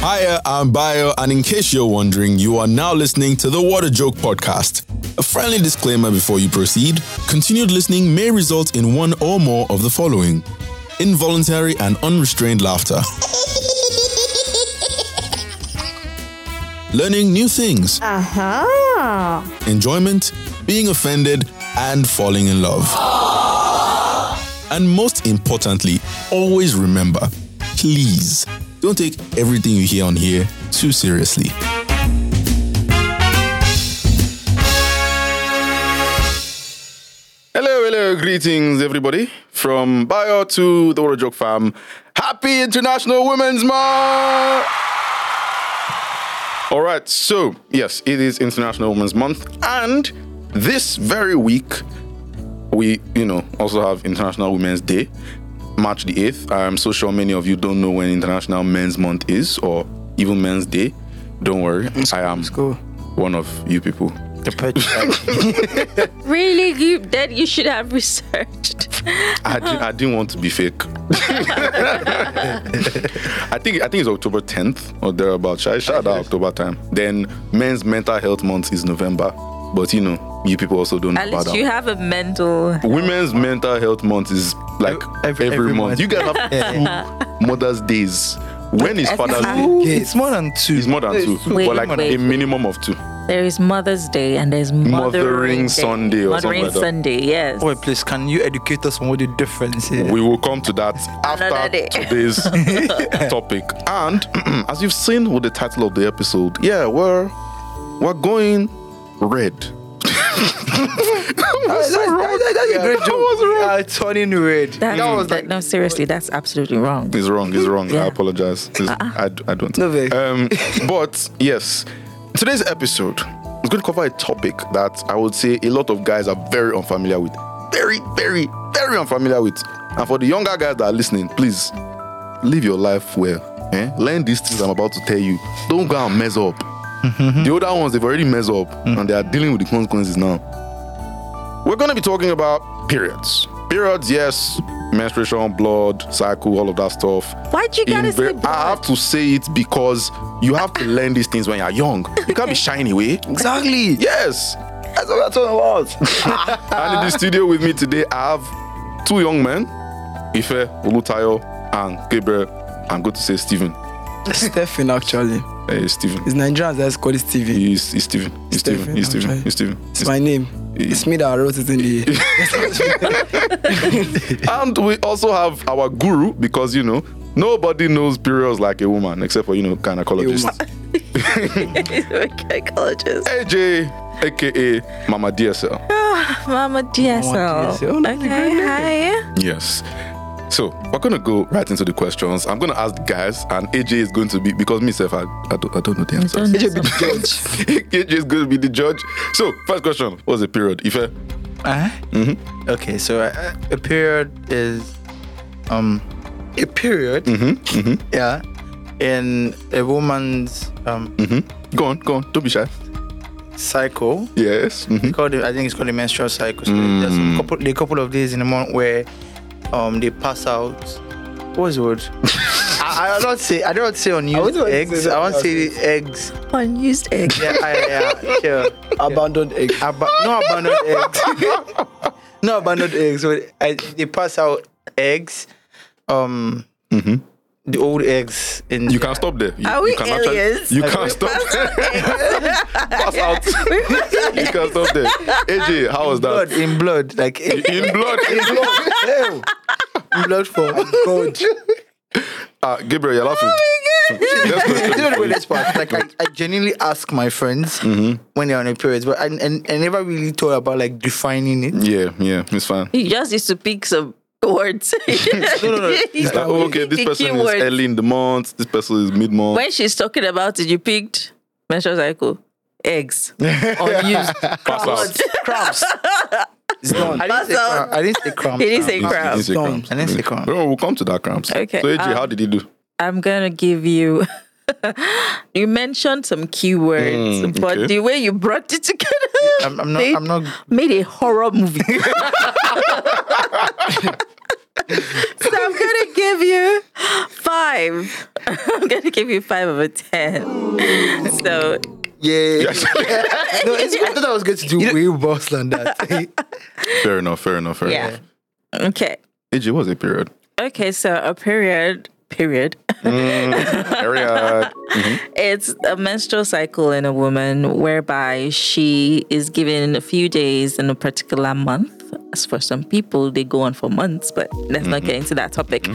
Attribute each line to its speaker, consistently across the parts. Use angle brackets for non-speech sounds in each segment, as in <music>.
Speaker 1: Hiya, I'm Bio, and in case you're wondering, you are now listening to the Water Joke Podcast. A friendly disclaimer before you proceed continued listening may result in one or more of the following involuntary and unrestrained laughter, learning new things,
Speaker 2: Aha!
Speaker 1: enjoyment, being offended, and falling in love. And most importantly, always remember please don't take everything you hear on here too seriously. Hello, hello, greetings, everybody, from Bio to the Water Joke Farm. Happy International Women's Month! All right, so yes, it is International Women's Month, and this very week we, you know, also have International Women's Day, March the 8th. I'm so sure many of you don't know when International Men's Month is or even Men's Day. Don't worry, I am
Speaker 3: Go.
Speaker 1: one of you people.
Speaker 3: The pitch.
Speaker 2: Really, you that you should have researched.
Speaker 1: I, di- I didn't want to be fake. I think I think it's October 10th or thereabouts. Shout shout out October time. Then Men's Mental Health Month is November, but you know, you people also don't know
Speaker 2: At
Speaker 1: about
Speaker 2: least
Speaker 1: that.
Speaker 2: you have a mental.
Speaker 1: Women's Mental Health Month is like every,
Speaker 3: Every- every
Speaker 1: month.
Speaker 3: month.
Speaker 1: You guys have two Mother's Days. When is Father's Day?
Speaker 3: okay, it's more than two.
Speaker 1: It's more than two,
Speaker 2: Wait,
Speaker 1: but like
Speaker 2: wait.
Speaker 1: a minimum of two.
Speaker 2: There is Mother's Day and there's Mothering,
Speaker 1: Mothering
Speaker 2: Day.
Speaker 1: Sunday or something
Speaker 2: Mothering
Speaker 1: like that.
Speaker 2: Sunday, yes.
Speaker 3: Wait, please, can you educate us on what the difference is?
Speaker 1: We will come to that
Speaker 2: Another
Speaker 1: after
Speaker 2: day.
Speaker 1: today's topic. And <clears throat> as you've seen with the title of the episode, yeah, we're we're going red.
Speaker 3: that's, that's- that's a great joke. Yeah, turning red.
Speaker 2: That,
Speaker 3: That was
Speaker 2: that-
Speaker 3: like,
Speaker 2: no, seriously, that's absolutely wrong.
Speaker 1: It's wrong. It's wrong. I
Speaker 2: Yeah.
Speaker 1: apologize. It's- I, d- I don't.
Speaker 3: No way.
Speaker 1: Um,
Speaker 3: <laughs>
Speaker 1: but yes, today's episode is going to cover a topic that I would say a lot of guys are very unfamiliar with. Very, very, very unfamiliar with. And for the younger guys that are listening, please live your life well. Eh? Learn these things I'm about to tell you. Don't go and mess up.
Speaker 3: Mm-hmm.
Speaker 1: The older ones, they've already messed up
Speaker 3: Mm.
Speaker 1: and they are dealing with the consequences now. We're going to be talking about periods. Periods, yes, menstruation, blood, cycle, all of that stuff.
Speaker 2: Why'd you gotta
Speaker 1: In
Speaker 2: say
Speaker 1: ver- I have
Speaker 2: blood?
Speaker 1: to say it because you have to learn these things when you're young. You can't be shying away.
Speaker 3: exactly.
Speaker 1: Yes.
Speaker 3: That's what we're talking about.
Speaker 1: And in the studio with me today, I have two young men, Ife Olutayo and Gabriel. I'm going to say Stephen.
Speaker 3: Stephen, actually.
Speaker 1: Hey, Stephen.
Speaker 3: It's Nigerian that's called it Stevie.
Speaker 1: He's, he's Stephen. He's Stephen.
Speaker 3: Stephen,
Speaker 1: He's Stephen.
Speaker 3: okay.
Speaker 1: He's Stephen.
Speaker 3: It's my name. It's me that wrote it in the.
Speaker 1: And we also have our guru because, you know, nobody knows periods like a woman except for, you know, gynecologist.
Speaker 2: <laughs> Gynecologist.
Speaker 1: AJ, aka Mama DSL.
Speaker 2: Mama DSL.
Speaker 3: DSL, that's a
Speaker 2: Okay, hi.
Speaker 1: Yes. So we're gonna go right into the questions. I'm gonna ask the guys, and AJ is going to be because myself, I, I, don't, I don't know the answers.
Speaker 3: It should be judge.
Speaker 1: <laughs> AJ is going to be the judge. So first question: What's the period? If I,
Speaker 3: Uh-huh.
Speaker 1: Mm-hmm.
Speaker 3: Okay, so uh, a period is um a period.
Speaker 1: Mm. Mm-hmm,
Speaker 3: Yeah, in a woman's um
Speaker 1: Mm. mm-hmm. go on, go on, don't be shy.
Speaker 3: cycle.
Speaker 1: Yes. mhm.
Speaker 3: Called the- I think it's called the menstrual cycle. So
Speaker 4: Mm.
Speaker 3: there's a couple, the couple of days in the month where um they pass out. What's the
Speaker 4: <laughs>
Speaker 3: word? I, I don't say I don't say unused
Speaker 4: wouldn't want to say
Speaker 3: eggs.
Speaker 4: that.
Speaker 3: I want to say the eggs.
Speaker 2: <laughs> Unused egg.
Speaker 3: Yeah, I, yeah, sure.
Speaker 4: abandoned egg. Ah,
Speaker 3: Aba- no abandoned
Speaker 4: <laughs>
Speaker 3: eggs. no abandoned eggs. So I, they pass out eggs, um,
Speaker 4: Mm-hmm.
Speaker 3: the old eggs. In
Speaker 1: You can stop there. You,
Speaker 2: Are we
Speaker 1: you can actually-
Speaker 2: aliens?
Speaker 1: you can stop. <laughs> Pass out. you can stop there. AJ, how was
Speaker 3: blood,
Speaker 1: that?
Speaker 3: in blood,
Speaker 4: <laughs>
Speaker 3: like in
Speaker 1: In blood.
Speaker 3: blood, Ew. <laughs> in blood form. God,
Speaker 1: Ah, Gabriel, you're laughing.
Speaker 2: Oh
Speaker 1: Next
Speaker 3: I
Speaker 1: question.
Speaker 3: don't know this part. Like I, I genuinely ask my friends when they're on a period, but I, I, I never really thought about like defining it.
Speaker 1: Yeah, yeah, it's fine.
Speaker 2: You just used to pick some <laughs> words. no,
Speaker 3: no, it's
Speaker 1: Like, oh, okay, this person is early in the month. This person is mid month.
Speaker 2: When she's talking about it, you picked menstrual cycle, eggs, unused.
Speaker 1: Pass out.
Speaker 3: Cramps.
Speaker 4: It's done.
Speaker 3: I didn't say
Speaker 2: Muscle.
Speaker 3: cramp. I didn't say cramps.
Speaker 2: It is a crowd.
Speaker 1: It's a
Speaker 4: Cramps.
Speaker 1: cramps.
Speaker 3: I didn't say cramps.
Speaker 1: No, we'll come to that cramps.
Speaker 2: Okay,
Speaker 1: So AJ,
Speaker 2: um,
Speaker 1: how did he do?
Speaker 2: I'm gonna give you. <laughs> you mentioned some keywords,
Speaker 1: Mm,
Speaker 2: but
Speaker 1: okay.
Speaker 2: the way you brought it together,
Speaker 3: I'm, I'm not.
Speaker 2: made,
Speaker 3: I'm not.
Speaker 2: made a horror movie. <laughs> so I'm gonna give you five. <laughs> I'm gonna give give you five over ten. so
Speaker 3: Yeah. <laughs> no, it's, I thought I was going to do way worse than <laughs> that.
Speaker 1: Fair enough, fair enough, fair
Speaker 2: yeah.
Speaker 1: enough.
Speaker 2: Okay.
Speaker 1: AJ, what's a
Speaker 2: <laughs>
Speaker 1: period?
Speaker 2: Okay, so a period period. <laughs>
Speaker 1: Period.
Speaker 2: It's a menstrual cycle in a woman whereby she is given a few days in a particular month. As for some people, they go on for months, but let's not get into that topic.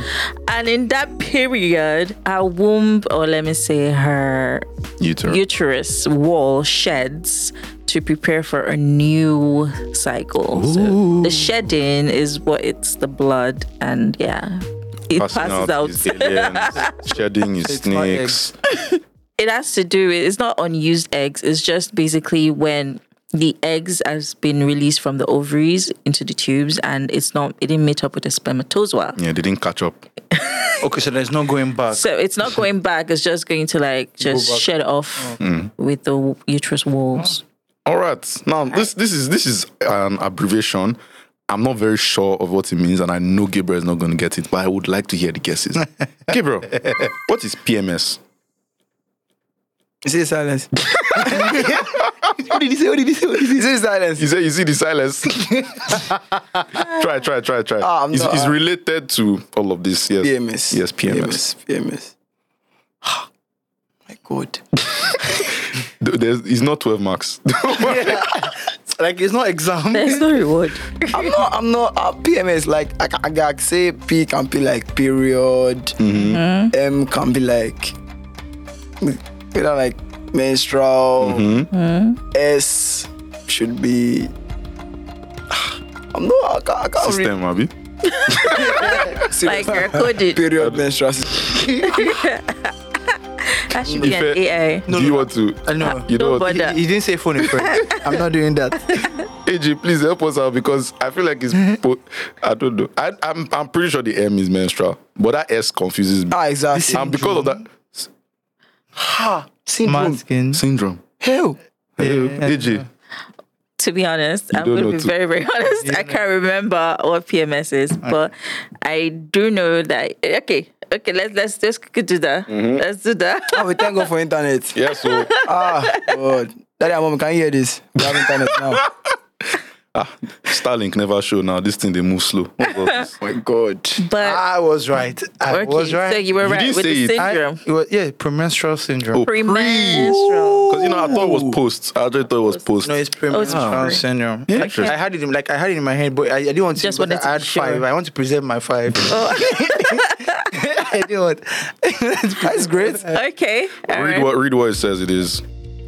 Speaker 2: And in that period, her womb, or let me say her
Speaker 1: Uterus.
Speaker 2: uterus wall sheds to prepare for a new cycle. So the shedding is what it's the blood, and yeah, it passes out.
Speaker 1: is aliens.
Speaker 2: <laughs>
Speaker 1: shedding is
Speaker 3: It's not
Speaker 1: snakes.
Speaker 2: it has to do with it's not unused eggs it's just basically when the eggs has been released from the ovaries into the tubes and it's not it didn't meet up with the spermatozoa
Speaker 1: Yeah, they didn't catch up.
Speaker 3: okay, so there's no going back.
Speaker 2: so it's not going back it's just going to like just
Speaker 3: back.
Speaker 2: shed off
Speaker 1: Mm.
Speaker 2: with the uterus walls
Speaker 1: All right. Now this this is this is an abbreviation. I'm not very sure of what it means, and I know Gabriel is not going to get it, but I would like to hear the guesses. Gabriel, what is PMS?
Speaker 3: Is it silence? what did he say? What did he say? What did he say? Is it silence?
Speaker 1: You say you see the
Speaker 4: <laughs>
Speaker 1: silence. try, try, try, try.
Speaker 4: Ah, I'm
Speaker 1: it's,
Speaker 4: not- E
Speaker 1: it's related to all of this. Yes,
Speaker 4: PMS.
Speaker 1: Yes, PMS.
Speaker 4: PMS. PMS. Ah, My God.
Speaker 1: Th- There's, it's not 12 marks. <laughs>
Speaker 3: Like it's not exam.
Speaker 2: <laughs>
Speaker 3: <laughs>
Speaker 2: there's no reward
Speaker 1: Mm.
Speaker 4: I'm not. I'm not. Uh, PMS. Like I, ca- I can say P can be like period. M can be like you know like menstrual. Mm-hmm. S should be. ah, I'm not. I can't. I can't read.
Speaker 1: System, Abby.
Speaker 2: like you're coded
Speaker 4: Period menstrual.
Speaker 2: that should be an
Speaker 1: Ife,
Speaker 2: ai
Speaker 1: Do you want to?
Speaker 3: I <laughs> know.
Speaker 1: You know,
Speaker 2: Don't
Speaker 1: what?
Speaker 2: bother.
Speaker 3: He, he didn't say phone in French. I'm not doing that.
Speaker 1: AJ, please help us out because I feel like
Speaker 4: <laughs>
Speaker 1: it's. po- I don't know. I, I'm I'm pretty sure the M is menstrual, but that S confuses me.
Speaker 4: Ah, exactly.
Speaker 1: and because of that s-
Speaker 3: <laughs>
Speaker 4: Syndrome.
Speaker 3: <laughs> Masking.
Speaker 1: syndrome,
Speaker 4: Hell.
Speaker 1: Hello, AJ,
Speaker 2: to be honest, I'm
Speaker 1: don't
Speaker 2: going
Speaker 1: know
Speaker 2: to be
Speaker 1: too.
Speaker 2: very, very <laughs> honest. I can't remember what PMS is, but I do know that. Okay, okay, let's let's just quickly do that.
Speaker 1: Mm-hmm.
Speaker 2: Let's do that. <laughs>
Speaker 4: Ah, we thank God for <laughs> internet.
Speaker 1: yeah. So
Speaker 4: Ah, God. Daddy and mom can you hear this. We have internet now.
Speaker 1: ah, Starlink never show now. This thing they move slow. What about this?
Speaker 4: <laughs> My God.
Speaker 2: But
Speaker 3: I was right. I
Speaker 2: okay,
Speaker 3: was right.
Speaker 2: so you were
Speaker 1: You
Speaker 2: right
Speaker 1: didn't
Speaker 2: with the
Speaker 1: say it.
Speaker 3: I-
Speaker 2: syndrome.
Speaker 3: it was- yeah, premenstrual syndrome.
Speaker 1: Oh,
Speaker 2: Premenstrual.
Speaker 1: Because you know, I thought it was post. I actually thought it was post.
Speaker 3: No, it's premenstrual
Speaker 2: Oh, it's pre-
Speaker 3: syndrome.
Speaker 1: Yeah,
Speaker 3: Like,
Speaker 1: interesting.
Speaker 3: I had it in like I had it in my head, but I, I didn't want to.
Speaker 2: Just
Speaker 3: but
Speaker 2: wanted to
Speaker 3: I
Speaker 2: be
Speaker 3: had
Speaker 2: sure. Oh.
Speaker 3: five. I want to preserve my five. <laughs>
Speaker 2: <laughs>
Speaker 3: I didn't want. <laughs>
Speaker 4: That's great.
Speaker 2: Okay, all
Speaker 1: read
Speaker 2: right.
Speaker 1: what read what it says. It is.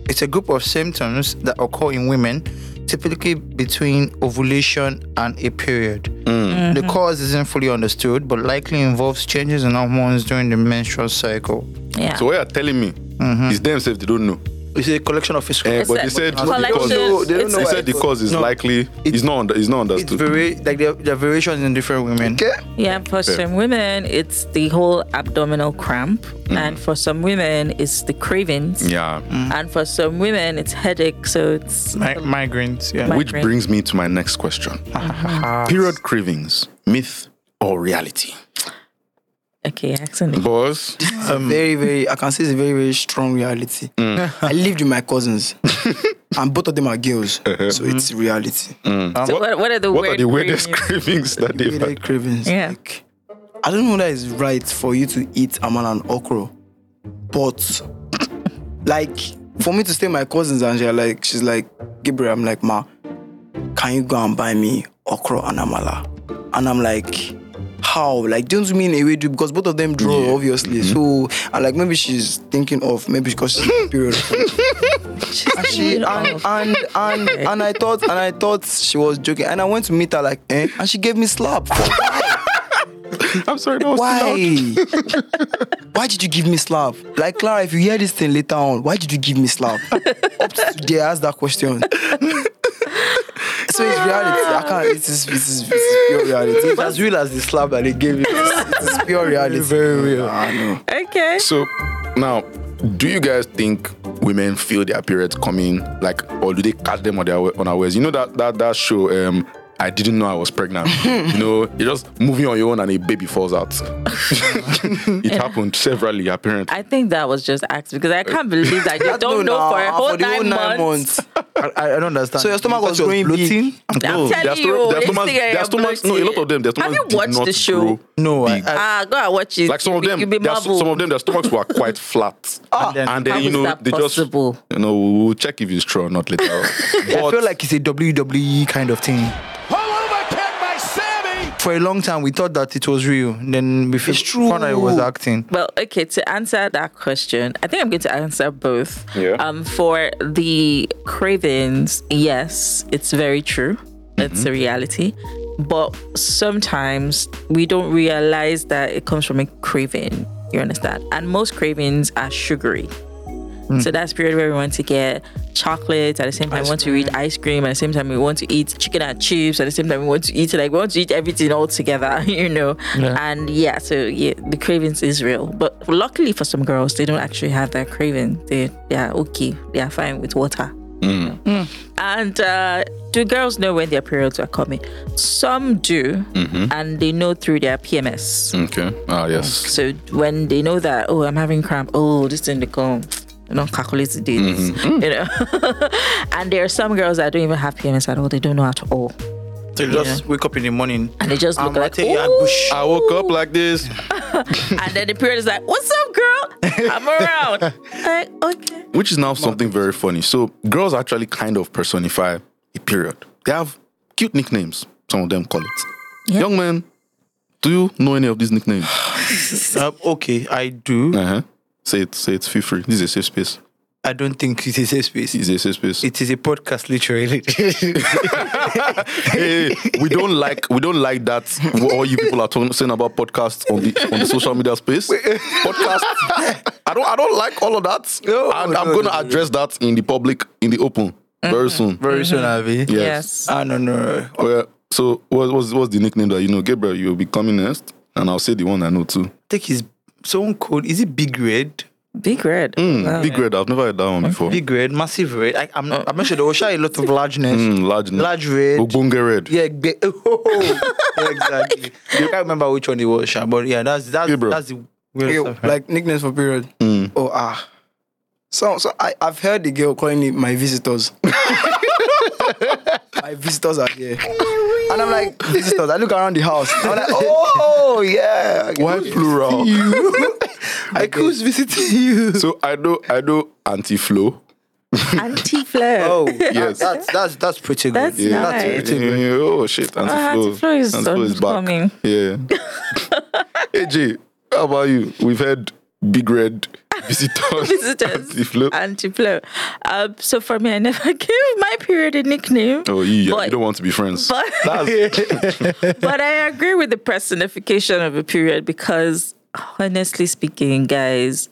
Speaker 3: It's a group of symptoms that occur in women, typically between ovulation and a period.
Speaker 1: Mm.
Speaker 3: The cause isn't fully understood, but likely involves changes in hormones during the menstrual cycle.
Speaker 2: yeah.
Speaker 1: So what you're telling me
Speaker 4: Mm-hmm.
Speaker 1: is them safe. They don't know.
Speaker 3: It's a collection of physical.
Speaker 1: Eh,
Speaker 2: It's
Speaker 1: but
Speaker 2: a
Speaker 1: they said
Speaker 2: collection-
Speaker 1: the cause-
Speaker 4: They don't know- they don't
Speaker 2: it's
Speaker 4: know
Speaker 1: They
Speaker 2: a-
Speaker 4: what-
Speaker 1: said the cause is
Speaker 3: No.
Speaker 1: likely. It's not. Under, it's not
Speaker 3: It's
Speaker 1: understood.
Speaker 3: very like there, there are variations in different women.
Speaker 2: Yeah, for some women, it's the whole abdominal cramp, and for some women, it's the cravings,
Speaker 1: Mm-hmm. yeah.
Speaker 2: and for some women, it's headache. So it's
Speaker 3: Mi- migraines. Yeah.
Speaker 2: Mi-
Speaker 1: Which
Speaker 2: Migraine.
Speaker 1: brings me to my next question.
Speaker 4: Mm-hmm.
Speaker 1: Period cravings, myth or reality?
Speaker 2: okay, accent.
Speaker 1: Boss,
Speaker 4: very, very, I can say it's a very, very strong reality. I lived with my <laughs> cousins, and both of them are girls. So it's reality.
Speaker 2: So what, what are the
Speaker 1: what
Speaker 2: weird
Speaker 1: are the weirdest <laughs> cravings
Speaker 2: cravings?
Speaker 1: that they've
Speaker 4: Weird
Speaker 1: had?
Speaker 4: cravings.
Speaker 2: Yeah.
Speaker 4: Like, I don't know whether it's right for you to eat amal and okra, but like for me to stay with my cousins and she's like, she's like, Gabriel, I'm like, ma, can you go and buy me okra and amala? And I'm like, how? Like, don't you mean a way do because both of them draw, obviously. So, and like maybe she's thinking of maybe because she's in period. And she and and and, and I thought and I thought she was joking. And I went to meet her like, eh? And she gave me slap.
Speaker 1: I'm sorry, that was
Speaker 4: Why? <laughs> why did you give me slap? Like Clara, if you hear this thing later on, why did you give me slap? Up to today, I asked that question. So it's reality. I can't. It is. It is, it is pure reality. It's as real as the slap that they gave you. It's pure reality. Very real. I know.
Speaker 2: Okay.
Speaker 1: So now, do you guys think women feel their periods coming, like, or do they catch them on their unawares? You know that that that show, um, I didn't know I was
Speaker 2: <laughs>
Speaker 1: pregnant. you know, you're just moving on your own and a baby falls out. it happened severally, apparently.
Speaker 2: I think that was just acts because I can't believe that
Speaker 1: <laughs>
Speaker 2: you don't know
Speaker 4: now,
Speaker 2: for a
Speaker 4: ah,
Speaker 2: whole,
Speaker 4: the
Speaker 2: nine, months.
Speaker 3: I, I don't understand.
Speaker 4: So your stomach
Speaker 3: Because
Speaker 4: was
Speaker 3: it
Speaker 4: growing big?
Speaker 3: bloating?
Speaker 2: I'm telling
Speaker 1: sto-
Speaker 2: you,
Speaker 1: their
Speaker 2: it's
Speaker 1: stomachs-
Speaker 2: the area
Speaker 1: their
Speaker 2: of
Speaker 1: stomachs- no, a lot of them, their
Speaker 2: Have
Speaker 1: stomachs
Speaker 2: you
Speaker 1: did
Speaker 2: watched
Speaker 1: not
Speaker 2: the show?
Speaker 1: grow.
Speaker 3: No, I,
Speaker 1: Big.
Speaker 3: I,
Speaker 2: Ah, go and watch it.
Speaker 1: Like some of
Speaker 2: You-
Speaker 1: them,
Speaker 2: you be
Speaker 1: their- some of
Speaker 2: marveled.
Speaker 1: them, their stomachs were quite flat. and then
Speaker 2: How
Speaker 1: you
Speaker 2: is
Speaker 1: know
Speaker 2: that
Speaker 1: they just
Speaker 2: possible?
Speaker 1: you know we'll check if it's true or
Speaker 2: <laughs>
Speaker 1: not later. on.
Speaker 3: I
Speaker 1: But-
Speaker 3: feel like it's a WWE kind of thing. For a long time, we thought that it was real. Then we
Speaker 4: It's true.
Speaker 3: found out it was acting.
Speaker 2: Well, okay, to answer that question, I think I'm going to answer both.
Speaker 1: Yeah.
Speaker 2: Um, for the cravings, yes, it's very true. It's a reality. But sometimes we don't realize that it comes from a craving. You understand? And most cravings are sugary. So that's the period where we want to get chocolates at the same time we want to eat Mm. ice cream at the same time we want to eat chicken and chips at the same time we want to eat like we want to eat everything all together, <laughs> you know. And yeah, so yeah, the cravings is real. But luckily for some girls, they don't actually have that craving. They they are okay. They are fine with water. Mm. And uh, do girls know when their periods are coming? Some do, and they know through their PMS.
Speaker 1: okay, ah yes,
Speaker 2: So when they know that, oh, I'm having cramp, oh, this thing they come, not calculate the dates, <laughs> you know. and there are some girls that don't even have PMS at all. They don't know at all,
Speaker 3: So you just wake up in the morning.
Speaker 2: and they just look
Speaker 3: I'm
Speaker 2: like,
Speaker 3: at your
Speaker 2: "Ooh,"
Speaker 3: bush.
Speaker 1: I woke up like this.
Speaker 2: <laughs> and then the period is like, "What's up, girl? I'm
Speaker 3: <laughs>
Speaker 2: around." like, okay.
Speaker 1: which is now something very funny. So girls actually kind of personify a period. They have cute nicknames. Some of them call it. Young man, do you know any of these
Speaker 3: <gasps>
Speaker 1: nicknames?
Speaker 3: Um, okay, I do.
Speaker 1: uh-huh. Say it. Say it. Feel free. This is a safe space.
Speaker 3: I don't think it is a space.
Speaker 1: This is a safe space.
Speaker 3: It is a podcast, literally.
Speaker 1: Hey, we don't like. We don't like that. What all you people are talking, saying about podcasts on the on the social media space. Podcast. I don't. I don't like all of that.
Speaker 3: No,
Speaker 1: and I'm
Speaker 3: no,
Speaker 1: going to
Speaker 3: no, no.
Speaker 1: address that in the public, in the open, very soon.
Speaker 3: Very soon, Avi.
Speaker 1: Yes.
Speaker 2: Yes.
Speaker 3: Ah, no, no.
Speaker 1: Well, Oh, so what, what's what's the nickname that you know, Gabriel? You'll be coming next, and I'll say the one I know too.
Speaker 3: Take his someone called is it Big Red?
Speaker 2: Big red. <laughs>
Speaker 1: Hmm,
Speaker 2: Wow.
Speaker 1: Big red. I've never heard that one before.
Speaker 3: Big Red, massive red. I, I'm I'm not sure they will share a lot of largeness.
Speaker 4: Mm.
Speaker 1: Hmm, large.
Speaker 3: Large red.
Speaker 1: Ogbonge red.
Speaker 3: Yeah, gbe- <laughs>
Speaker 4: <laughs>
Speaker 3: yeah, exactly. I can't remember which one it was, sha, but yeah, that's that's
Speaker 1: Gabriel.
Speaker 3: that's the weird
Speaker 4: Ew,
Speaker 3: stuff.
Speaker 4: like nicknames for period.
Speaker 1: Mm.
Speaker 4: Oh ah. So so I, I've heard the girl calling it
Speaker 1: <laughs>
Speaker 4: my visitors. my visitors are here. And I'm <laughs> like, visitors. I look around the house. I'm like, oh yeah.
Speaker 1: Why plural?
Speaker 4: <laughs>
Speaker 1: <laughs>
Speaker 3: I could visit you.
Speaker 1: so I know I know anti flow.
Speaker 2: Anti flare.
Speaker 3: Oh,
Speaker 1: Yes.
Speaker 3: yes. That's that's that's pretty good.
Speaker 2: That's Yeah. nice.
Speaker 3: That's pretty good.
Speaker 1: Oh shit, anti flow.
Speaker 2: Anti-Flow is coming.
Speaker 1: Yeah. AJ, how about you? We've had big red visitors.
Speaker 2: Visitors.
Speaker 1: Anti flow.
Speaker 2: Anti flow. Um, so for me, I never <laughs> gave my period a nickname.
Speaker 1: Oh, yeah, you
Speaker 2: But-
Speaker 1: don't want to be friends.
Speaker 2: but-
Speaker 1: That's,
Speaker 2: <laughs> but I agree with the personification of a period because, honestly speaking, guys,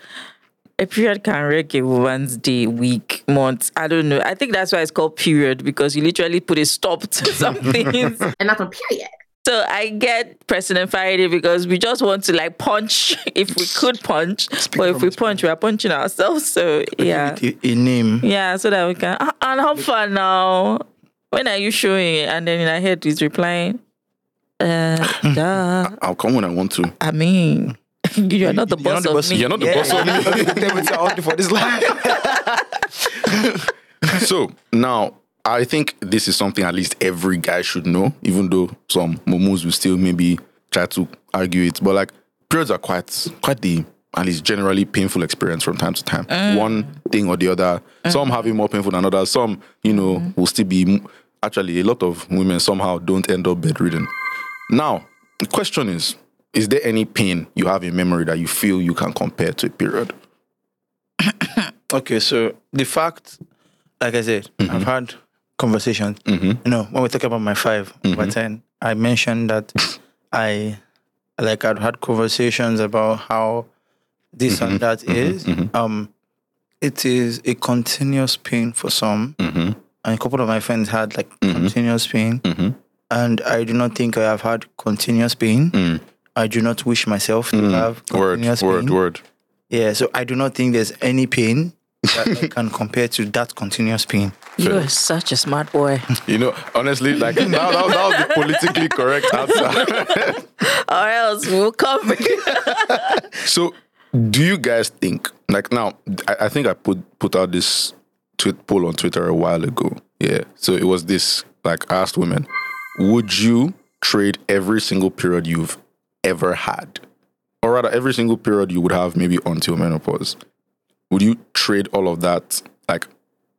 Speaker 2: a period can wreck a woman's day, week, month. I don't know. I think that's why it's called period because you literally put a stop to <laughs> some things.
Speaker 5: and that's on period.
Speaker 2: So I get personified it because we just want to like punch <laughs> if we could punch, but if we punch, we are punching ourselves. So yeah,
Speaker 3: Give it A, a name.
Speaker 2: yeah, so that we can. <laughs> "Ah, And how far now? When are you showing it? And then in our head is replying.
Speaker 3: <laughs>
Speaker 2: Uh, duh.
Speaker 1: I'll come when I want to.
Speaker 2: I mean, <laughs> you are not the
Speaker 3: You're not
Speaker 2: boss
Speaker 3: the
Speaker 2: of
Speaker 3: boss-
Speaker 2: me.
Speaker 1: You're not the boss of me.
Speaker 4: Everything I want to for this life. <laughs>
Speaker 1: so now I think this is something at least every guy should know, even though some momos will still maybe try to argue it. But like periods are quite quite the at least generally painful experience from time to time. One thing or the other. Some having more painful than others. Some, you know, will still be m- actually a lot of women somehow don't end up bedridden. Now, the question is, is there any pain you have in memory that you feel you can compare to a period?
Speaker 3: Okay, so the fact, like I said,
Speaker 1: Mm-hmm.
Speaker 3: I've had conversations. You know, when we talk about my 5
Speaker 1: Mm-hmm.
Speaker 3: over ten, I mentioned that
Speaker 1: <laughs>
Speaker 3: I like I'd had conversations about how this
Speaker 1: Mm-hmm.
Speaker 3: and that is. Um, it is a continuous pain for some,
Speaker 1: Mm-hmm.
Speaker 3: and a couple of my friends had like continuous pain, and I do not think I have had continuous pain. I do not wish myself to have
Speaker 1: Mm. Word,
Speaker 3: continuous pain.
Speaker 1: word, word.
Speaker 3: Yeah, so I do not think there's any pain that I can compare to that continuous pain.
Speaker 2: You are such a
Speaker 3: <laughs>
Speaker 2: smart boy.
Speaker 1: You know, honestly, like that, that, that was the politically correct answer.
Speaker 2: or else we'll cover you.
Speaker 3: <laughs>
Speaker 1: So, do you guys think like now? I, I think I put put out this tweet poll on Twitter a while ago. Yeah. So it was this like I asked women, would you trade every single period you've ever had, or rather every single period you would have maybe until menopause? Would you trade all of that? Like,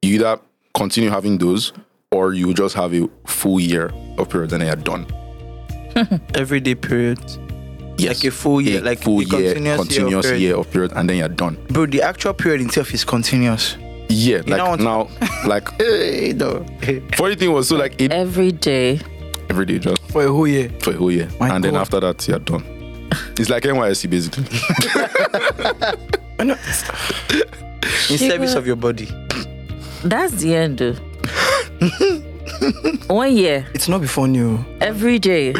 Speaker 1: you either continue having those, or you just have a full year of periods and then you're done.
Speaker 3: Everyday period.
Speaker 1: Yes.
Speaker 3: Like a full year, like
Speaker 1: full
Speaker 3: a
Speaker 1: year,
Speaker 3: continuous year of
Speaker 1: continuous
Speaker 3: period.
Speaker 1: year of period, and then you're done.
Speaker 3: Bro, the actual period itself is continuous.
Speaker 1: Yeah,
Speaker 3: don't
Speaker 1: like
Speaker 3: want to-
Speaker 1: now, like <laughs> hey, no. funny thing was so like it
Speaker 2: Every day.
Speaker 1: every day just
Speaker 4: for a whole year.
Speaker 1: for a whole year,
Speaker 4: My
Speaker 1: and then
Speaker 4: God.
Speaker 1: after that you're done. It's like NYSC basically.
Speaker 3: In service
Speaker 2: will-
Speaker 3: of your
Speaker 2: <laughs>
Speaker 3: body.
Speaker 2: That's the end.
Speaker 3: <laughs>
Speaker 2: though. One year.
Speaker 4: It's not before new. <laughs>
Speaker 2: Every day.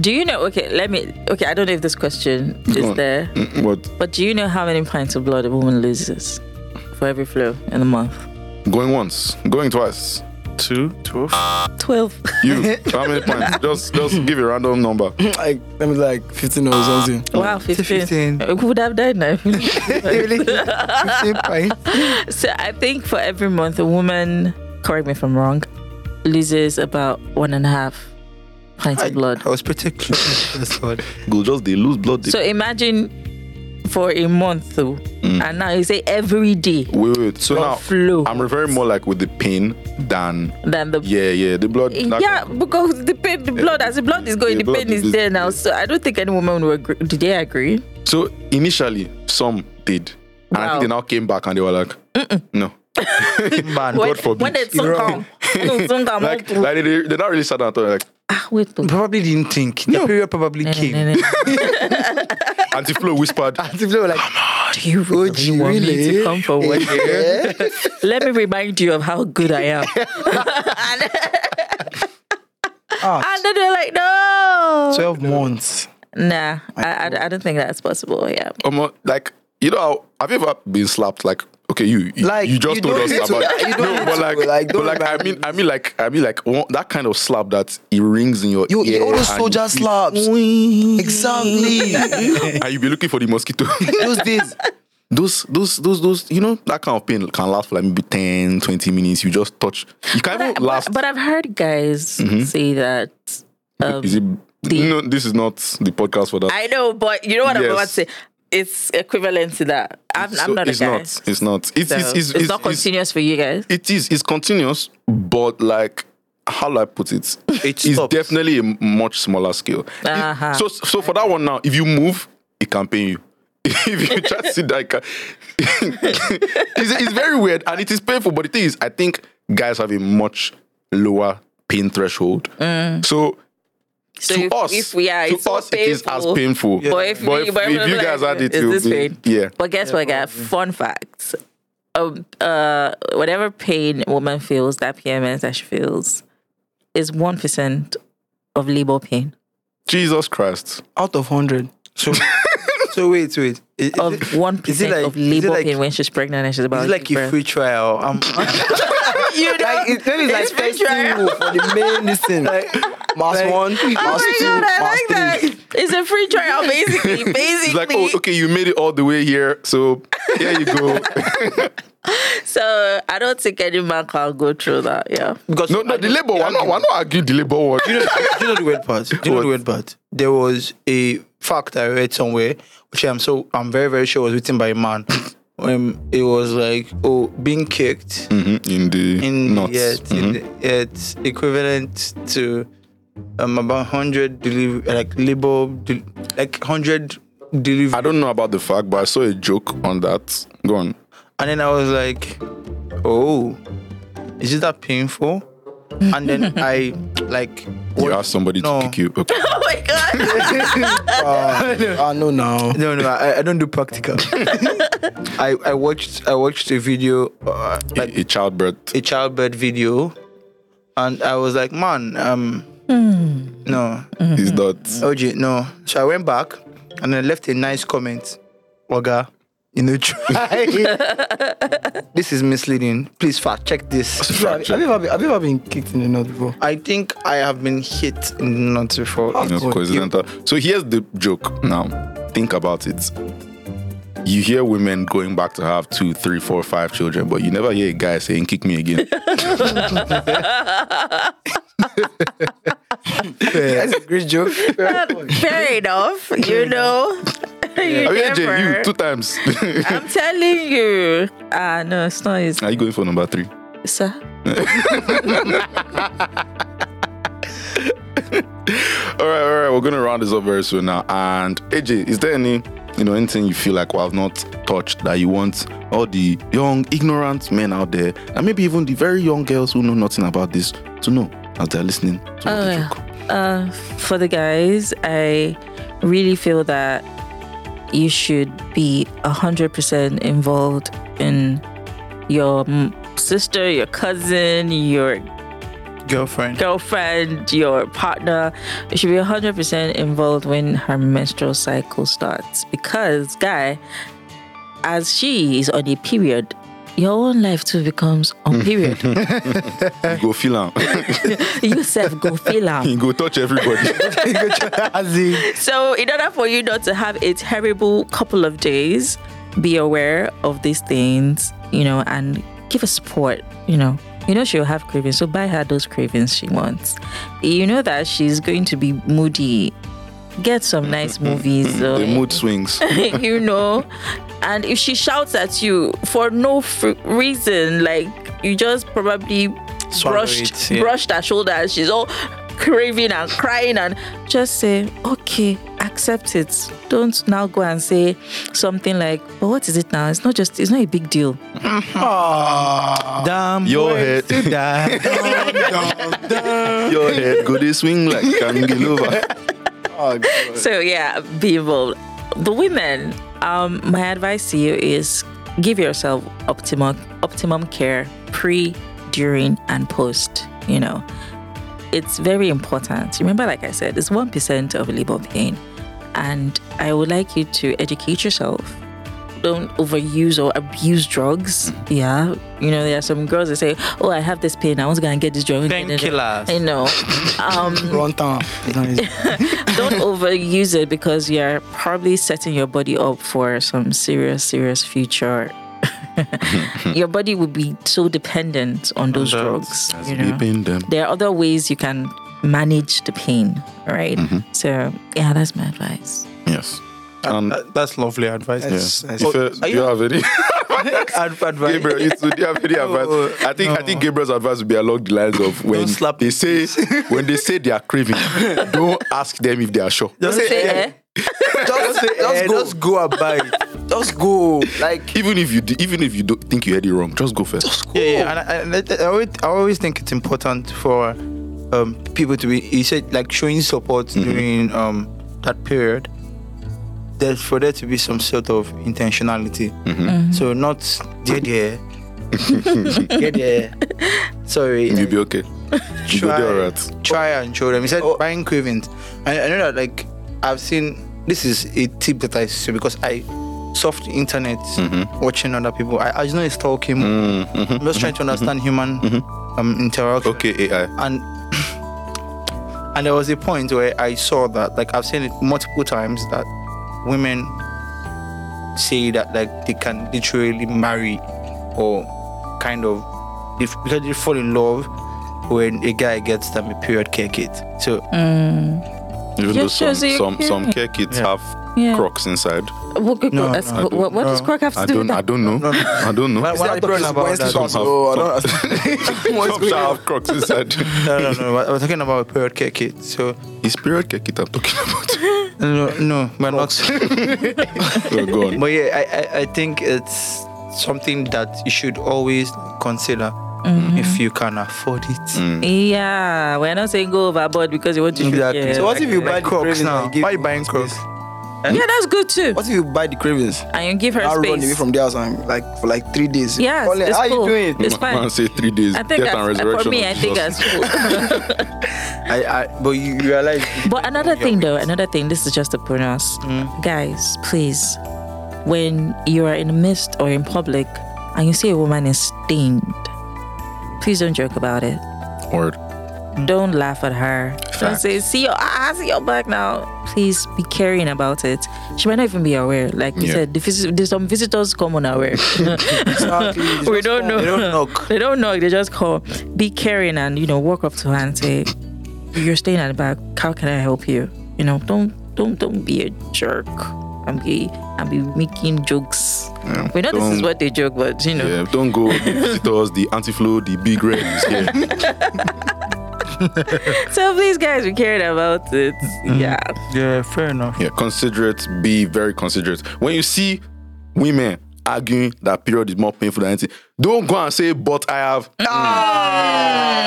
Speaker 2: Do you know? Okay, let me. Okay, I don't know if this question is
Speaker 1: on.
Speaker 2: there,
Speaker 1: but
Speaker 2: but do you know how many pints of blood a woman loses for every flow in a month?
Speaker 1: going once, going twice.
Speaker 3: Two, twelve.
Speaker 2: 12.
Speaker 1: <laughs> You how many points? Just just give a random number.
Speaker 4: Like let me like 15 or something.
Speaker 2: Wow, 15.
Speaker 3: 15.
Speaker 2: Uh, Who would have died now?
Speaker 3: Fifteen pints.
Speaker 2: so I think for every month, a woman, correct me if I'm wrong, loses about one and a half pints of blood.
Speaker 3: I was pretty close. That's what.
Speaker 1: Go just they lose blood. They-
Speaker 2: So imagine for a month, though, and now you say every day
Speaker 1: wait, wait. So
Speaker 2: Blood
Speaker 1: now
Speaker 2: flow.
Speaker 1: I'm referring more like with the pain than
Speaker 2: than the.
Speaker 1: yeah, yeah. The blood. that-
Speaker 2: Yeah, because the pain, the blood, as the blood is going,
Speaker 1: The
Speaker 2: the,
Speaker 1: blood
Speaker 2: pain
Speaker 1: is-
Speaker 2: is, there now. So I don't think any woman would agree. Did they agree?
Speaker 1: So initially some did, and I think they
Speaker 2: Wow.
Speaker 1: now came back and they were like, no.
Speaker 3: Man,
Speaker 2: When,
Speaker 1: forbid.
Speaker 2: when they
Speaker 3: You're
Speaker 2: took come, no, took come,
Speaker 1: Like, like they, they, they're not really sat down and thought, like,
Speaker 2: ah, wait, look.
Speaker 3: probably didn't think. The period probably came.
Speaker 2: No, no, no, no.
Speaker 1: Auntie Flo
Speaker 4: <laughs>
Speaker 1: whispered,
Speaker 4: Ah.
Speaker 3: They were like,
Speaker 2: Do you really,
Speaker 3: do you
Speaker 2: want me
Speaker 3: really?
Speaker 2: to come
Speaker 1: <laughs>
Speaker 2: forward? <laughs> Let me remind you of how good I
Speaker 1: <laughs>
Speaker 2: am. and,
Speaker 4: Ah,
Speaker 2: and then they're like, no.
Speaker 4: 12 months.
Speaker 2: nah, I, I, I don't think that's possible. Yeah.
Speaker 1: um, like, you know, how- have you ever been slapped? Like, okay, you, you,
Speaker 4: Like,
Speaker 1: you just
Speaker 4: you
Speaker 1: told
Speaker 4: don't
Speaker 1: us
Speaker 4: need to-
Speaker 1: about
Speaker 4: <laughs> you don't
Speaker 1: no,
Speaker 4: need
Speaker 1: but
Speaker 4: to,
Speaker 1: like,
Speaker 4: like,
Speaker 1: but
Speaker 4: don't
Speaker 1: like, I
Speaker 4: remind
Speaker 1: mean, I mean, like, I mean, like, one, that kind of slap that it rings in your
Speaker 4: You,
Speaker 1: ear,
Speaker 4: you all those
Speaker 1: and
Speaker 4: soldier
Speaker 1: you-
Speaker 4: slaps. Exactly.
Speaker 1: <laughs>
Speaker 4: <laughs>
Speaker 1: and you be looking for the mosquito. <laughs>
Speaker 4: Those days.
Speaker 1: those, those, those, those, you know, that kind of pain can last for like maybe 10, 20 minutes. You just touch, you can't even
Speaker 2: But,
Speaker 1: last. Mm-hmm.
Speaker 2: but I've heard guys say that. Um,
Speaker 1: is it?
Speaker 2: the-
Speaker 1: no, this is not the podcast for that.
Speaker 2: I know, but you know what I'm
Speaker 1: Yes.
Speaker 2: about to say. It's equivalent to that. I'm,
Speaker 1: So
Speaker 2: I'm not a
Speaker 1: it's
Speaker 2: guy.
Speaker 1: not. It's not. It's,
Speaker 2: so
Speaker 1: it's, it's,
Speaker 2: not continuous for you guys.
Speaker 1: it is it's continuous but like how do i put it
Speaker 3: It
Speaker 1: it's
Speaker 3: stops.
Speaker 1: definitely a much smaller scale It-
Speaker 2: Uh-huh.
Speaker 1: so so for that one now if you move it can pain you <laughs> if you try to sit down it can- <laughs> it's, it's very weird and it is painful but the thing is i think guys have a much lower pain threshold so
Speaker 2: Mm. So
Speaker 1: to
Speaker 2: if,
Speaker 1: us,
Speaker 2: if we are,
Speaker 1: to
Speaker 2: it's not
Speaker 1: us, it is as painful.
Speaker 2: But if,
Speaker 1: But
Speaker 2: we-
Speaker 1: if-
Speaker 2: but
Speaker 1: if you
Speaker 2: like,
Speaker 1: guys had it,
Speaker 2: is
Speaker 1: it would
Speaker 2: this
Speaker 1: be-
Speaker 2: pain?
Speaker 1: yeah.
Speaker 2: But guess what, guys? Fun facts. Um, uh, whatever pain a woman feels, that PMS that she feels, is one percent of labor pain
Speaker 1: jesus christ
Speaker 4: Out of 100.
Speaker 3: so, so wait, wait. Is, is it-
Speaker 2: of one
Speaker 3: is it
Speaker 2: percent
Speaker 3: like-
Speaker 2: of
Speaker 3: is it
Speaker 2: labor
Speaker 3: like-
Speaker 2: pain when she's pregnant and she's about
Speaker 3: It's
Speaker 2: to
Speaker 3: like
Speaker 2: give
Speaker 3: a
Speaker 2: birth.
Speaker 3: free trial. I'm,
Speaker 2: you know,
Speaker 4: Like, it's, then it's like
Speaker 2: It's free
Speaker 4: testing
Speaker 2: trial.
Speaker 4: you for the main listen. Like, mass
Speaker 3: like-
Speaker 4: one, mass two,
Speaker 2: Oh my god, I
Speaker 4: mass
Speaker 2: like
Speaker 4: three.
Speaker 2: that. It's a free trial, basically.
Speaker 1: it's
Speaker 2: Basically,
Speaker 1: like oh okay you made it all the way here so here you
Speaker 3: <laughs>
Speaker 1: go
Speaker 2: so I don't think any man can go through that. Yeah,
Speaker 3: because
Speaker 1: No, no,
Speaker 3: I
Speaker 1: the
Speaker 3: know-
Speaker 1: labor one. I'm not, I'm not arguing the labor one.
Speaker 3: You know, do you know the weird part? Do you know
Speaker 1: What?
Speaker 3: the weird part? There was a fact I read somewhere, which I'm so I'm very very sure was written by
Speaker 1: <laughs>
Speaker 3: a man. Um, it was like oh, being kicked
Speaker 1: Mm-hmm, in the
Speaker 3: in
Speaker 1: Mm. nuts. Mm-hmm.
Speaker 3: yeah, it's- in the- it's equivalent to um about hundred deliver like labor del- like hundred delivery.
Speaker 1: I don't know about the fact, but I saw a joke on that. Go on.
Speaker 3: And then I was like, oh, is it that painful?
Speaker 1: <laughs>
Speaker 3: And then I like
Speaker 1: You asked somebody
Speaker 3: No.
Speaker 1: to kick you. Okay.
Speaker 2: Oh my god.
Speaker 4: Ah, no, now.
Speaker 3: No, no, I, I don't do
Speaker 4: <laughs>
Speaker 3: practical. I, I watched I watched a video, uh, <laughs> like
Speaker 1: a, a childbirth.
Speaker 3: a childbirth video, and I was like, man, um,
Speaker 4: Hmm.
Speaker 3: no,
Speaker 1: Is that
Speaker 3: Mm-hmm. OJ, no. So I went back and I left a nice comment, Oga, you know,
Speaker 4: <laughs>
Speaker 3: try. this is misleading. Please fact check this.
Speaker 4: Have, have, you ever been, have you ever been kicked in the nut before?
Speaker 3: I think I have been hit in the nuts before.
Speaker 1: You know,
Speaker 3: It-
Speaker 1: coincidental. So here's the joke now. Think about it. You hear women going back to have two, three, four, five children, but you never hear a guy saying, kick me
Speaker 3: <laughs>
Speaker 1: again.
Speaker 4: That's a great joke.
Speaker 2: <laughs> Fair enough, you know. <laughs> You
Speaker 1: I mean, AJ,
Speaker 2: never-
Speaker 1: you two times. <laughs>
Speaker 2: I'm telling you. Ah, no, it's not easy,
Speaker 1: Are you going for number three?
Speaker 2: sir.
Speaker 1: All right, all right. We're gonna round this up very soon now. And AJ, is there any, you know, anything you feel like we have not touched that you want all the young, ignorant men out there, and maybe even the very young girls who know nothing about this to know as they're listening to
Speaker 2: Oh,
Speaker 1: the
Speaker 2: yeah.
Speaker 1: joke?
Speaker 2: Uh, for the guys, I really feel that you should be 100% involved in your m- sister, your cousin, your
Speaker 3: Girlfriend.
Speaker 2: girlfriend, your partner. You should be 100% involved when her menstrual cycle starts because, guy, as she is on a period, your own life too becomes on period.
Speaker 1: You go feel out.
Speaker 2: you self go feel
Speaker 1: <laughs>
Speaker 2: am.
Speaker 1: you go touch
Speaker 2: <laughs>
Speaker 1: everybody.
Speaker 3: <laughs> As in,
Speaker 2: So, in order for you not to have a terrible couple of days, be aware of these things, you know, and give her support, you know. You know she'll have cravings, so buy her those cravings she wants. You know that she's going to be moody. Get some nice movies. uh,
Speaker 1: the
Speaker 2: or-
Speaker 1: mood
Speaker 2: <laughs>
Speaker 1: swings.
Speaker 2: you know and if she shouts at you for no f- reason like you just probably
Speaker 3: Swallow
Speaker 2: brushed
Speaker 3: it, yeah.
Speaker 2: brushed her shoulder and she's all craving and crying and just say okay accept it don't now go and say something like but what is it now it's not just it's not a big deal
Speaker 3: damn
Speaker 1: Your
Speaker 3: words
Speaker 1: head.
Speaker 3: to die.
Speaker 1: <laughs> Your head go they swing like
Speaker 2: <laughs>
Speaker 1: cangelova.
Speaker 4: Oh, God.
Speaker 2: so yeah be involved the women um my advice to you is give yourself optimum optimum care pre during and post you know it's very important remember like i said it's 1% of labor pain and i would like you to educate yourself don't overuse or abuse drugs yeah you know there are some girls that say oh i have this pain i want to go and get this drug
Speaker 3: Painkillers.
Speaker 2: i know um
Speaker 4: Run down. <laughs> It's not easy.
Speaker 2: don't overuse it because you're probably setting your body up for some serious, serious future. <laughs> your body will be so dependent on those
Speaker 3: drugs.
Speaker 2: drugs. You know?
Speaker 1: Beeping them.
Speaker 2: There are other ways you can manage the pain, right?
Speaker 4: Mm-hmm.
Speaker 2: So, yeah, that's my advice.
Speaker 1: Yes. Um,
Speaker 3: That- that's lovely advice.
Speaker 1: yes.
Speaker 4: That's- that's-
Speaker 1: If, uh, do
Speaker 3: Are
Speaker 1: you
Speaker 3: you-
Speaker 1: have any?
Speaker 3: Ad- advice.
Speaker 1: Gabriel, you too, do you have any advice? I think I think Gabriel's advice would be along the lines of when
Speaker 3: slap
Speaker 1: they
Speaker 3: me,
Speaker 1: say <laughs> when they say they are
Speaker 4: <laughs>
Speaker 1: craving, don't ask them if they are sure.
Speaker 3: Just
Speaker 2: Say,
Speaker 3: eh,
Speaker 2: eh?
Speaker 4: Just,
Speaker 3: eh,
Speaker 4: just go.
Speaker 3: Just go and buy it.
Speaker 4: Just go. Like,
Speaker 1: Even if you do, even if you don't think you heard it wrong, just go first.
Speaker 3: Yeah, yeah. And I, and I, I, always, I always think it's important for um, people to be. You said like showing support during um, that period. There's for there to be some sort of intentionality. So not dear dear. <laughs> yeah, yeah. Sorry.
Speaker 1: You'll be
Speaker 4: <laughs>
Speaker 1: okay. You go
Speaker 3: Try.
Speaker 1: there, alright.
Speaker 3: try and show them. He said buying cravings. I, I know that like I've seen this is a tip that I see because I surfed the internet watching other people. I, I just know it's talking. I'm just trying to understand human um interaction.
Speaker 1: Okay, AI.
Speaker 3: And and there was a point where I saw that like I've seen it multiple times that women say that like they can literally marry or kind of they f- because they fall in love when a guy gets them a period care kit. So
Speaker 1: Even
Speaker 2: Yeah,
Speaker 1: though
Speaker 2: sure,
Speaker 1: some
Speaker 2: so you
Speaker 1: some
Speaker 2: can-
Speaker 1: some care kits have
Speaker 2: Yeah.
Speaker 1: crocs inside.
Speaker 2: What, what-
Speaker 3: No,
Speaker 2: what-
Speaker 3: no, I
Speaker 2: what- what does
Speaker 3: no.
Speaker 2: Croc have to
Speaker 1: I
Speaker 2: do with
Speaker 1: don't I
Speaker 2: that?
Speaker 1: don't know. I don't know.
Speaker 3: when I
Speaker 4: I thought
Speaker 3: talking
Speaker 4: it's
Speaker 3: about
Speaker 4: Wednesday,
Speaker 3: that-
Speaker 1: Some have-
Speaker 4: so I don't <laughs>
Speaker 1: <laughs>
Speaker 4: What's
Speaker 1: Some
Speaker 4: going
Speaker 1: shall
Speaker 4: on?
Speaker 1: have crocs
Speaker 4: <laughs>
Speaker 1: inside.
Speaker 3: no, no, no. I was talking about a period care kit. So
Speaker 1: It's period care kit I'm talking
Speaker 4: <laughs>
Speaker 1: about.
Speaker 3: no, no, we're not.
Speaker 1: Oh, go on.
Speaker 3: But yeah, I, I, I think it's something that you should always consider if you can afford it.
Speaker 2: Yeah, we're not saying go overboard because you want to shoot.
Speaker 3: Exactly.
Speaker 2: Yeah,
Speaker 4: So what if you buy
Speaker 3: Like
Speaker 4: the
Speaker 3: Crocs
Speaker 4: cravings
Speaker 3: now.
Speaker 4: and give
Speaker 3: Why you
Speaker 4: you
Speaker 3: buying Crocs?
Speaker 4: space?
Speaker 2: yeah, that's good too.
Speaker 4: What if you buy the cravings?
Speaker 2: And you give her
Speaker 4: I'll run away
Speaker 2: space.
Speaker 4: from the house and like for like three days.
Speaker 2: Yes,
Speaker 4: Colin,
Speaker 2: it's
Speaker 4: how
Speaker 2: cool.
Speaker 4: you doing?
Speaker 1: Man-
Speaker 2: It's fine.
Speaker 1: Man say three days.
Speaker 2: I think
Speaker 1: death and
Speaker 2: that's,
Speaker 1: resurrection.
Speaker 2: for me,
Speaker 1: of
Speaker 2: I think
Speaker 1: Jesus.
Speaker 2: that's cool. <laughs>
Speaker 4: I, I, but you you realize
Speaker 1: Mm.
Speaker 2: But another thing, though, another thing, this is just a bonus. Guys, please when you are in the midst or in public and you see a woman is stained, please don't joke about it.
Speaker 1: Word. Mm.
Speaker 2: Don't laugh at her. Don't
Speaker 1: Facts.
Speaker 2: say, see your ah, see your back now. Please be caring about it. She might not even be aware. Like you
Speaker 1: Yeah.
Speaker 2: said, the visit- there's some visitors come unaware. <laughs>
Speaker 4: Exactly. It's
Speaker 2: we
Speaker 4: <laughs> just
Speaker 2: don't
Speaker 4: fun.
Speaker 2: know.
Speaker 3: They don't knock.
Speaker 2: They don't knock. They just call. Be caring and you know walk up to her and say, "You're staying at the back. How can I help you?" You know, don't don't don't be a jerk. And be and be making jokes.
Speaker 1: Yeah.
Speaker 2: We know this is
Speaker 1: Don't-
Speaker 2: what they joke, but you know,
Speaker 1: Yeah, don't
Speaker 2: <laughs>
Speaker 1: go. The visitors, the anti-flow, the big red is here.
Speaker 2: So please, guys, we cared about it. Yeah.
Speaker 3: Yeah, fair enough.
Speaker 1: Yeah, considerate. Be very considerate. When you see women arguing that period is more painful than anything, don't go and say, "But I have."
Speaker 4: Mm.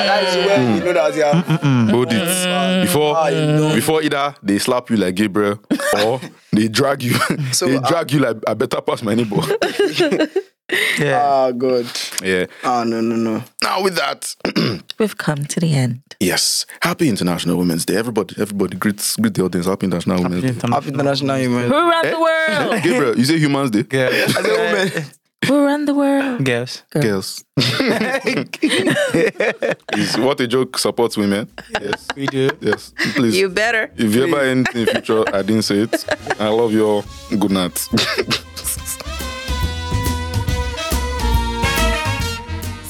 Speaker 4: That is where you know that yeah.
Speaker 1: Hold it before
Speaker 4: Mm. I know.
Speaker 1: before either they slap you like
Speaker 4: <laughs>
Speaker 1: Gabriel or they drag you.
Speaker 4: So,
Speaker 1: they
Speaker 4: uh,
Speaker 1: drag you like I better pass my
Speaker 4: <laughs>
Speaker 1: neighbor.
Speaker 3: Yeah.
Speaker 4: Ah, God.
Speaker 1: yeah.
Speaker 4: Ah, no, no, no.
Speaker 1: Now with that, <clears throat>
Speaker 2: We've come to the end.
Speaker 1: yes. Happy International Women's Day. Everybody, everybody, greet greet the audience. Happy International Women's Day.
Speaker 4: Happy International Women's
Speaker 2: Who run the world?
Speaker 1: Gabriel, you say Humans Day.
Speaker 3: yeah.
Speaker 4: Day.
Speaker 2: Who run
Speaker 3: <laughs>
Speaker 2: the world?
Speaker 3: Girls.
Speaker 1: Girls. <laughs> Is what a joke supports women. Yes.
Speaker 3: We do.
Speaker 1: Yes. Please.
Speaker 2: You better.
Speaker 1: if you ever end in future, I didn't say it. I love you all. Good night.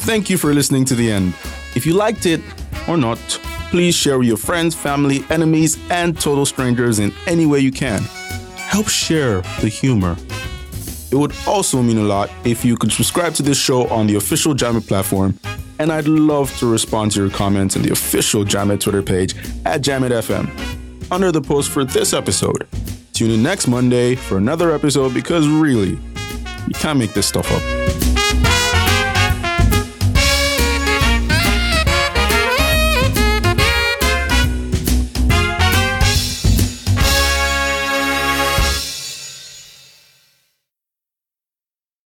Speaker 5: Thank you for listening to the end. If you liked it or not, please share with your friends, family, enemies, and total strangers in any way you can. Help share the humor. It would also mean a lot if you could subscribe to this show on the official Jamit platform, and I'd love to respond to your comments on the official Jamit Twitter page at Jamit FM under the post for this episode. Tune in next Monday for another episode because really, you can't make this stuff up.